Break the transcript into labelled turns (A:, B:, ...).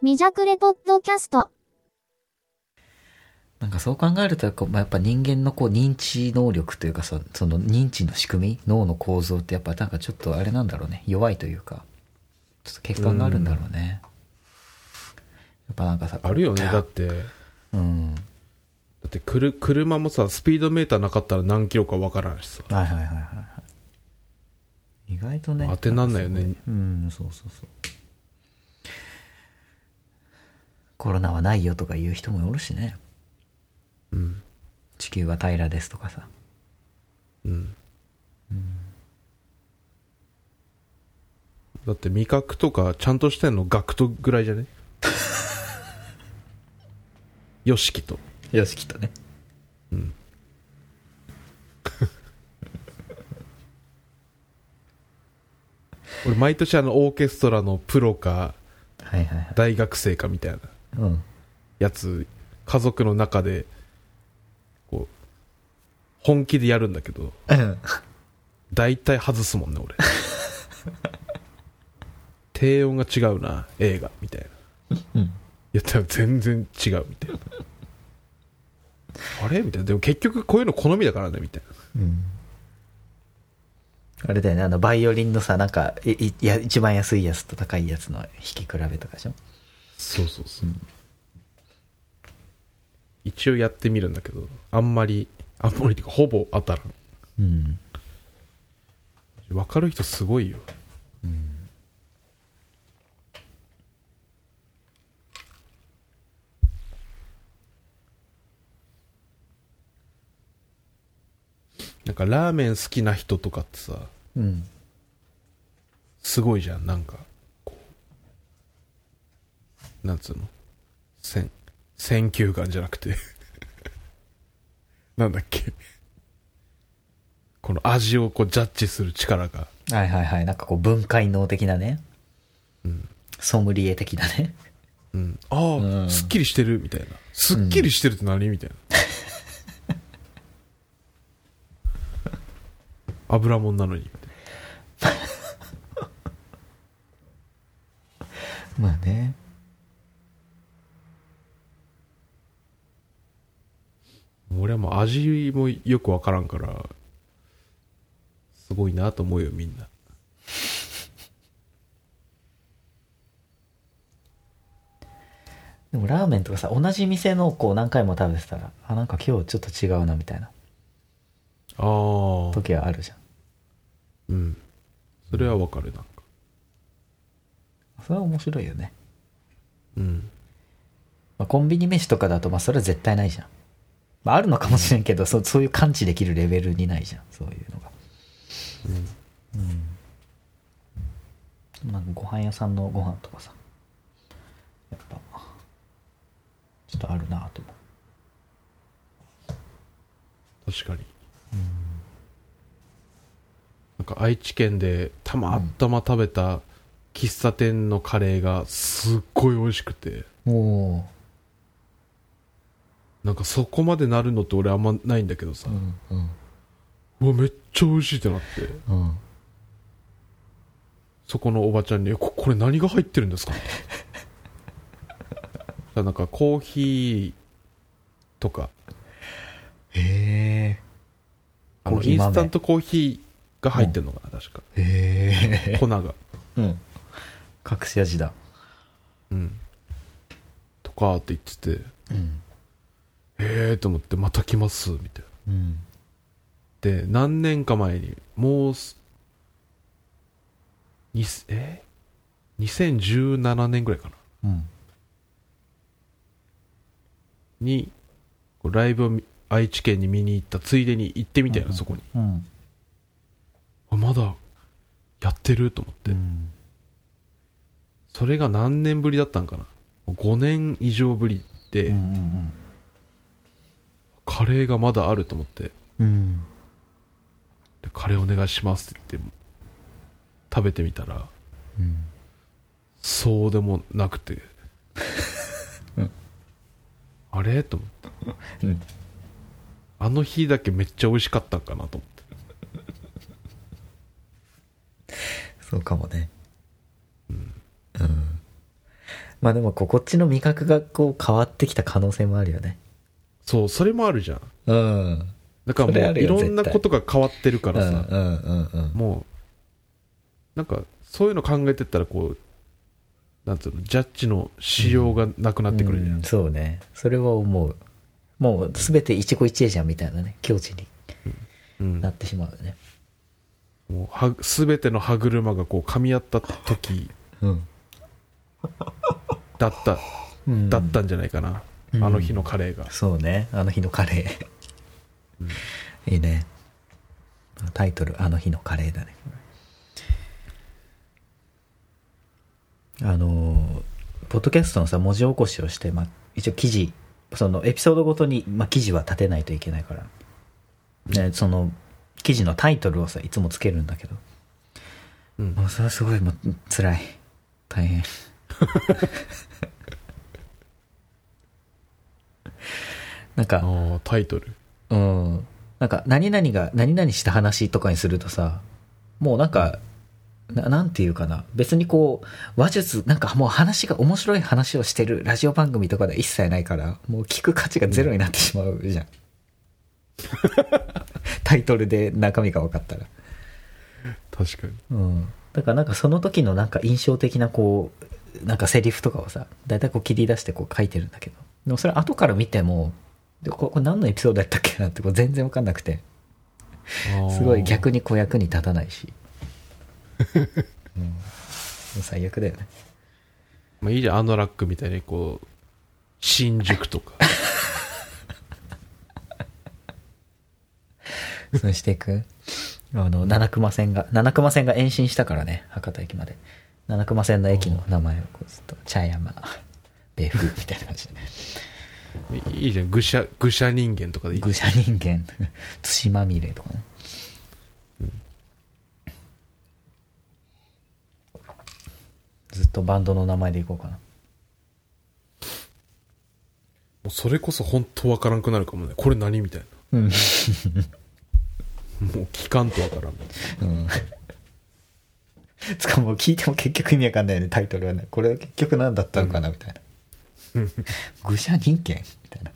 A: 未弱レポッドキャスト。
B: なんかそう考えるとこう、まあ、やっぱ人間のこう認知能力というかそその認知の仕組み脳の構造ってやっぱなんかちょっとあれなんだろうね弱いというかちょっと欠陥があるんだろうね、やっぱなんかさ
C: あるよね。だ
B: こ
C: っ
B: う
C: て、だ
B: うん
C: ってくる車もさ、スピードメーターなかったら何キロかわからんしさ。
B: はいはいはいはいはい意外とね
C: 当てになんないよね
B: んかすごいうんそうそうそうコロナはないよとか言う人もおるしね
C: うん。
B: 地球は平らですとかさ
C: うん。だって味覚とかちゃんとしてんの学徒ぐらいじゃ ねよしきと。
B: よしきっとね
C: 俺毎年あのオーケストラのプロか
B: はいはいはい
C: 大学生かみたいな
B: うん
C: やつ、家族の中で、こう、本気でやるんだけど、大体外すもんね、 俺。低音が違うな、映画、みたいな。
B: うん
C: やったら全然違う、みたいな。あれみたいな。でも結局こういうの好みだからね、みたいな。
B: うんあれだよね、あの、バイオリンのさ、なんか、いいいや一番安いやつと高いやつの弾き比べとかでしょ
C: そうそうそう。一応やってみるんだけど、あんまり、あんまりっていうかほぼ当たらん。
B: うん。
C: わかる人すごいよ。なんかラーメン好きな人とかってさ、
B: うん。
C: すごいじゃん、なんか、こう、なんつうの選、選球眼じゃなくて、 なんだっけ。この味をこうジャッジする力が。
B: はいはいはい。なんかこう、分解能的なね。ソムリエ的なね。
C: うん、ああ、
B: うん
C: すっきりしてるみたいな。すっきりしてるって何 みたいな。油もんなのにみたいな。
B: まあね。
C: 俺はもう味もよくわからんから、すごいなと思うよ、みんな。
B: でもラーメンとかさ、同じ店のこう、何回も食べてたら、あ、なんか今日ちょっと違うなみたいな
C: ああ。
B: 時はあるじゃん。
C: うん。それはわかる、なんか。
B: それは面白いよね。
C: うん。
B: まあ、コンビニ飯とかだと、まあそれは絶対ないじゃん。まああるのかもしれんけど、そうそういう感知できるレベルにないじゃん。そういうのが。うん。まあご飯屋さんのご飯とかさ。やっぱ、ちょっとあるなと思う。
C: 確かに。なんか愛知県でたまたま食べた喫茶店のカレーがすっごい美味しくて、
B: おお。
C: なんかそこまでなるのって俺あんまないんだけどさ、
B: んうん。
C: うわ、めっちゃ美味しいってなって、
B: うん。
C: そこのおばちゃんに、えここれ何が入ってるんですかってだから なんかコーヒーとか、
B: へ
C: あの
B: コーヒ
C: イ
B: ー
C: ン
B: 豆
C: スタントコーヒーが入ってるのかな、確か。
B: え。へえ。
C: 粉が。
B: うん。隠し味だ。
C: うん。とかって言ってて、
B: うん。
C: えーと思って、また来ます、みたいな。
B: うん。
C: で、何年か前に、もうす、にすえ ?2017 年ぐらいかな。
B: うん。
C: に、こうライブを見愛知県に見に行ったついでに行ってみたいな、そこに。
B: うん。
C: あ、まだ、やってると思って。
B: うん。
C: それが何年ぶりだったんかな。5年以上ぶりで、
B: うんうん
C: カレーがまだあると思って、
B: うん。うん。
C: でカレーお願いしますって言って、食べてみたら、
B: うん。
C: そうでもなくて、あれと思って
B: うん
C: あの日だけめっちゃ美味しかったんかなと思って
B: そうかもね。うん。まあでもこうこっちの味覚がこう変わってきた可能性もあるよね
C: そう、それもあるじゃん。
B: うん
C: だから
B: それ
C: も
B: あ
C: う、
B: る
C: い
B: よ
C: ろんな
B: 絶対
C: ことが変わってるか
B: うんう
C: ら
B: ん
C: さ、
B: うんうん
C: もう、なんか、そういうの考えてったら、こう、なんつうの、ジャッジの仕様がなくなってくるじゃん。
B: うんそうねそれは思うもう全て一期一会じゃんみたいなね境地に
C: うん
B: なってしまうよね
C: もうは、すべての歯車がこう、噛み合った時
B: うん、
C: だった、
B: うん、
C: だったんじゃないかな。
B: うん
C: あの日のカレーが。
B: そうねあの日のカレー、いいねタイトル「あの日のカレー」だねあのーポッドキャストのさ文字起こしをして、まあ、一応記事そのエピソードごとに、まあ、記事は立てないといけないから、ね、その記事のタイトルをさいつもつけるんだけど
C: うん
B: もうそれはすごいもう辛い大 変なんか
C: ああ、タイトル。
B: うん。なんか、何々が、何々した話とかにするとさ、もうなんか、ななんていうかな。別にこう、話術、なんかもう話が面白い話をしてるラジオ番組とかでは一切ないから、もう聞く価値がゼロになってしまうじゃん。 タイトルで中身が分かったら。
C: 確かに。
B: うん。だからなんかその時のなんか印象的なこう、なんかセリフとかをさ、だいたいこう切り出してこう書いてるんだけど。でもそれ後から見ても、でここれ何のエピソードやったっけなってこう全然分かんなくて。
C: あー
B: すごい。逆にこう役に立たない し、うん、最悪だよね
C: まあいいじゃん、あのラックみたいに、こう、新宿とか。
B: そうしていくあの七熊線が七熊線が延伸したからね博多駅まで七熊線の駅の名前をこうずっと茶山米風みたいな感じで
C: いいじゃん、愚者、愚者人間とかでいいじゃん
B: 愚者人間土まみれとかねずっとバンドの名前でいこうかな
C: もうそれこそ本当わからんくなるかもね。これ何みたいな。
B: うん
C: もう聞かんとわからん。
B: うん。つかもう聞いても結局意味わかんないよね、タイトルはね。これは結局何だったのかな、みたいな。愚者人権みたいな。